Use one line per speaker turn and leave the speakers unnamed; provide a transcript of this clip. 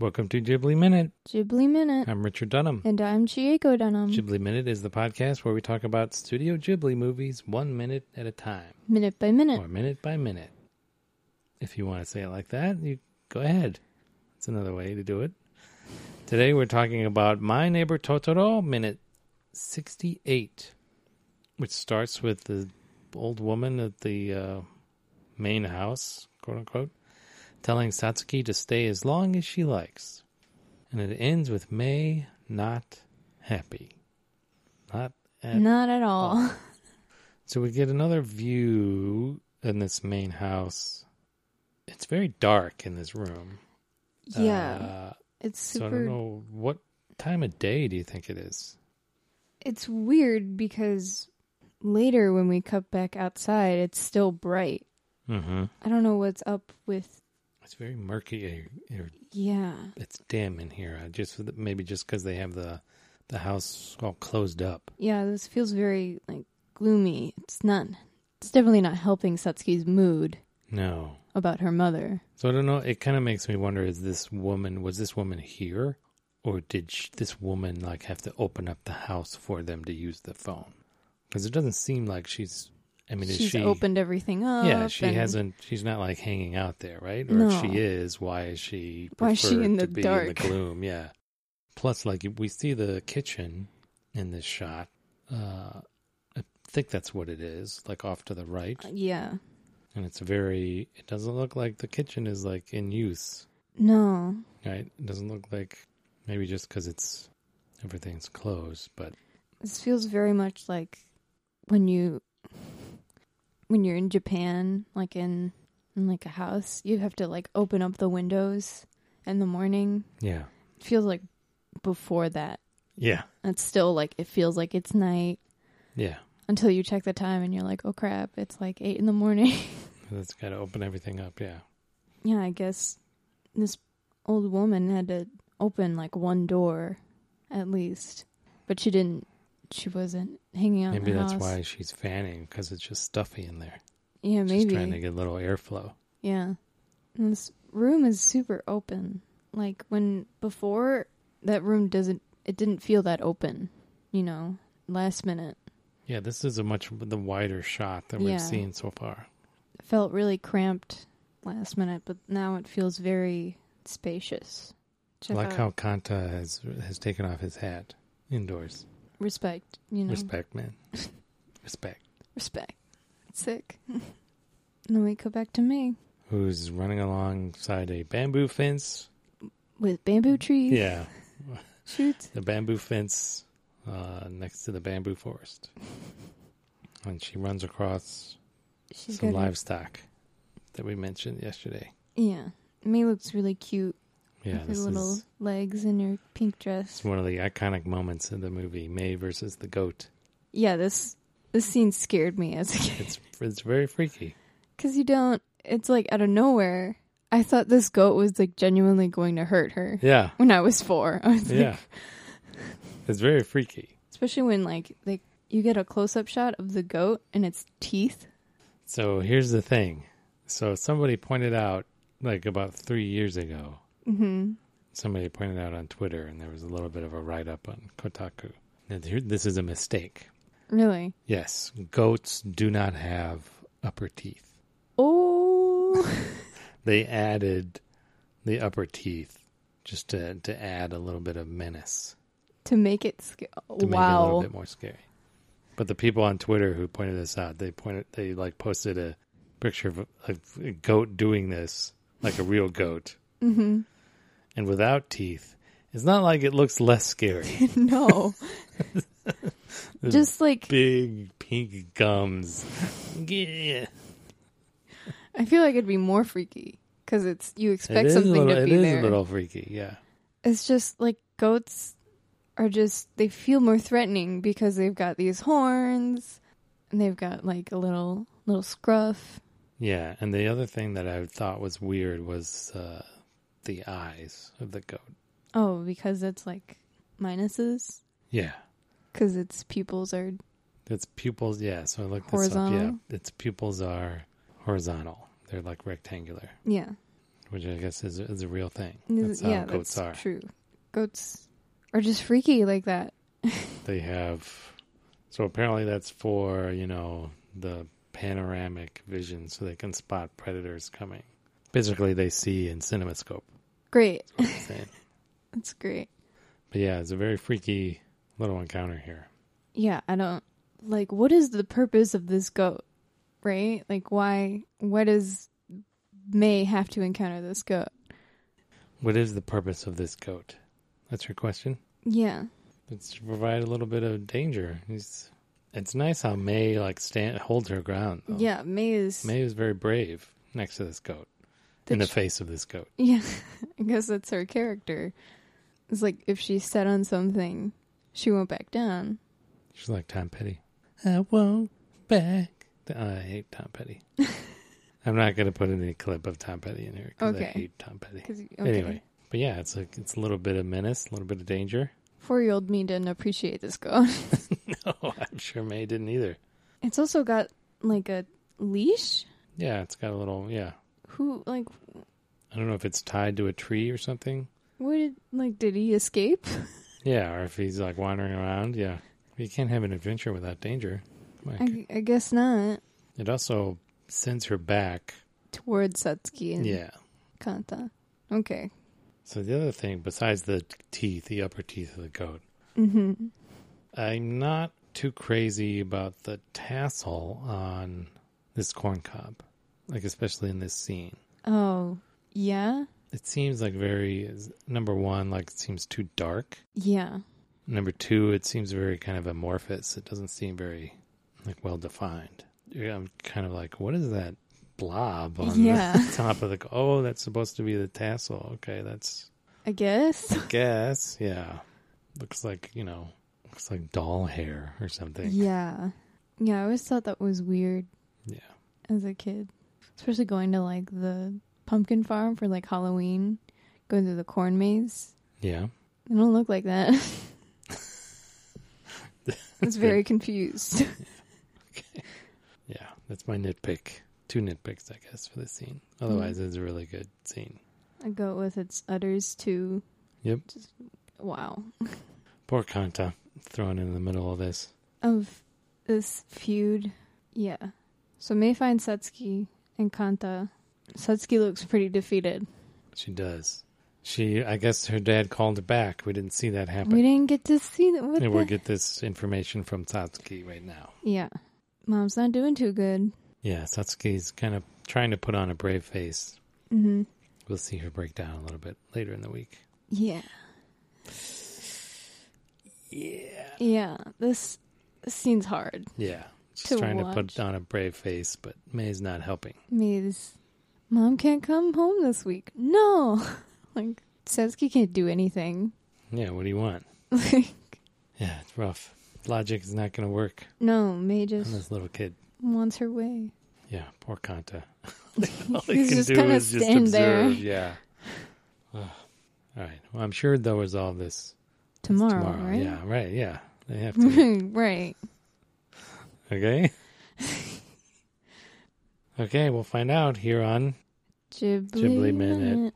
Welcome to Ghibli Minute.
Ghibli Minute.
I'm Richard Dunham.
And I'm Chieko Dunham.
Ghibli Minute is the podcast where we talk about Studio Ghibli movies one minute at a time,
minute by minute.
or minute by minute. If you want to say it like that, you go ahead. That's another way to do it. Today we're talking about My Neighbor Totoro Minute 68, which starts with the old woman at the uh, main house, quote unquote, telling Satsuki to stay as long as she likes. And it ends with May not happy. Not happy.
Not at all.
Oh, So we get another view in this main house. It's very dark in this room.
yeah.
Uh,
it's
so I don't
super.
know what time of day do you think it is?
it's weird because later when we cut back outside, it's still bright.
Mm-hmm.
I don't know what's up with.
It's very murky. or- or
Yeah.
It's dim in here. I just maybe just because they have the the house all closed up.
Yeah, this feels very, like, gloomy. It's not. It's definitely not helping Satsuki's mood
No.
about her mother.
So I don't know. It kind of makes me wonder: Is this woman was this woman here, or did sh this woman like have to open up the house for them to use the phone? Because it doesn't seem like she's. I mean, is
She's
she?
opened everything up.
yeah, she
and
hasn't. She's not like hanging out there, right? Or if
No.
she is, why is she?
Why is she
preferred
in
to
the
be In the
dark?
gloom, yeah. Plus, like we see the kitchen in this shot. Uh, I think that's what it is. Like off to the right,
uh, Yeah.
and it's very. It doesn't look like the kitchen is like in use.
No.
Right? It doesn't look like maybe just because it's everything's closed, but
This feels very much like when you when you're in Japan, like in in like a house, you have to like open up the windows in the morning.
yeah,
It feels like before that.
yeah,
It's still like it feels like it's night
yeah.
until you check the time and you're like, Oh crap, it's like eight in the morning.
That's got to open everything up. Yeah,
yeah, I guess this old woman had to open like one door at least. But she didn't she wasn't hanging out. in
maybe
the
that's
house.
why she's fanning because it's just stuffy in there.
Yeah, maybe
She's trying to get a little airflow.
Yeah. And this room is super open. Like when before that room doesn't it didn't feel that open, you know, last minute.
Yeah, this is a much the wider shot that we've
Yeah.
seen so far.
It felt really cramped last minute, but now it feels very spacious. Which
I
I
like
thought-
how Kanta has has taken off his hat indoors.
respect, you know.
Respect, man. Respect.
Respect. Sick. and then we go back to me
Who's running alongside a bamboo fence?
with bamboo trees.
Mm. Yeah,
Shoot.
the bamboo fence uh, next to the bamboo forest. And she runs across
She's
some
got her-
livestock that we mentioned yesterday.
Yeah. May looks really cute
Yeah,
with
this
her little
is
legs and her pink dress.
it's one of the iconic moments in the movie May versus the goat.
yeah this this scene scared me as a kid
It's it's very freaky.
because you don't it's like out of nowhere i thought this goat was like genuinely going to hurt her
Yeah,
when i was four i was
yeah,
like
it's very freaky.
especially when like like you get a close-up shot of the goat and its teeth
So here's the thing. So somebody pointed out like about three years ago.
mm-hmm.
Somebody pointed out on Twitter, and there was a little bit of a write up on Kotaku. Now, here- this is a mistake.
really
Yes, goats do not have upper teeth.
oh
They added the upper teeth just to, to add a little bit of menace,
to make it sc-
to make it a little
wow
bit more scary. But the people on Twitter who pointed this out, they pointed they like posted a picture of a, of a goat doing this, like a real goat,
mm-hmm.
and without teeth. It's not like it looks less scary.
no
There's
just like
big pink gums. Yeah.
i feel like it'd be more freaky because it's you
It
expect
is, a
something
little,
to
it
be
is
there
a little freaky, yeah.
it's just like goats are just they feel more threatening because they've got these horns and they've got like a little little scruff
Yeah, and the other thing that I thought was weird was uh, the eyes of the goat.
oh because it's like minuses
Yeah,
because its pupils are
its pupils. Yeah, so I looked this up. Yeah,
Horizontal?
its pupils are horizontal. They're like rectangular,
yeah
which I guess is is a real thing. That's
Is-
how
yeah,
goats
that's
are.
true. Goats are just freaky like that.
They have so apparently that's for you know the panoramic vision, so they can spot predators coming. Basically, they see in cinemascope.
Great.
Is what I'm saying.
That's great.
but yeah, it's a very freaky little encounter here.
Yeah, I don't like what is the purpose of this goat? Right? Like why why does May have to encounter this goat?
What is the purpose of this goat? That's your question.
Yeah.
It's to provide a little bit of danger. It's, it's nice how May like stand holds her ground. Though.
Yeah, May is
Oh. May is very brave next to this goat,
the
in the
ch-
face of this goat.
Yeah, I guess that's her character. It's like if she set on something, she won't back down.
She's like Tom Petty. I won't back. Oh, I hate Tom Petty. I'm not gonna put any clip of Tom Petty in here because I
Okay.
hate Tom Petty.
'Cause- okay.
Anyway, but yeah, it's like it's a little bit of menace, a little bit of danger.
four-year-old me didn't appreciate this goat.
No, I'm sure May didn't either.
It's also got like a leash.
Yeah, it's got a little. Yeah,
Who like
I don't know if it's tied to a tree or something.
what? Did, like did he escape?
Yeah, or if he's like wandering around, yeah. You can't have an adventure without danger. Like,
I, I guess not.
It also sends her back.
Towards Satsuki and
Yeah.
Kanta. Okay.
So the other thing, besides the teeth, the upper teeth of the goat,
hmm
I'm not too crazy about the tassel on this corn cob, like especially in this scene.
Oh yeah,
It seems like very number one, like it seems too dark.
yeah.
Number two, it seems very kind of amorphous. It doesn't seem very like well defined. Yeah, I'm kind of like, what is that blob on
Yeah.
the top of the? Oh, that's supposed to be the tassel. Okay, that's
I guess.
guess. Yeah, looks like you know, looks like doll hair or something.
Yeah, yeah. I always thought that was weird.
Yeah.
as a kid, especially going to like the pumpkin farm for like Halloween, going through the corn maze.
Yeah.
They don't look like that. I was very confused.
Yeah, that's my nitpick. Two nitpicks, I guess, for this scene. Otherwise,
Mm-hmm.
it's a really good scene.
A goat with its udders too.
Yep.
Just wow.
Poor Kanta thrown in the middle of this.
Of this feud, yeah. So May finds Satsuki and Kanta. Satsuki looks pretty defeated.
She does. She, I guess, her dad called her back. We didn't see that happen.
we didn't get to see that. What
And we'll
the?
get this information from Satsuki right now.
yeah. Mom's not doing too good.
Yeah, Satsuki's kind of trying to put on a brave face.
Mm-hmm.
We'll see her break down a little bit later in the week.
Yeah.
Yeah.
Yeah, this scene's hard.
Yeah. She's
To
trying to
watch.
put on a brave face, but May's not helping.
Me's mom can't come home this week. No, like Satsuki can't do anything.
Yeah, what do you want?
Like
Yeah, it's rough. Logic is not going to work
no, May
on
just
this little kid.
wants her way.
Yeah, poor Kanta. All he
He's
can
just
do
kinda
is just
stand there.
observe. Yeah. Ugh. all right. Well, I'm sure they'll resolve this
Tomorrow,
tomorrow.
right?
Yeah. Right. Yeah. They have to.
right.
okay. okay. We'll find out here on
Ghibli,
Ghibli Minute.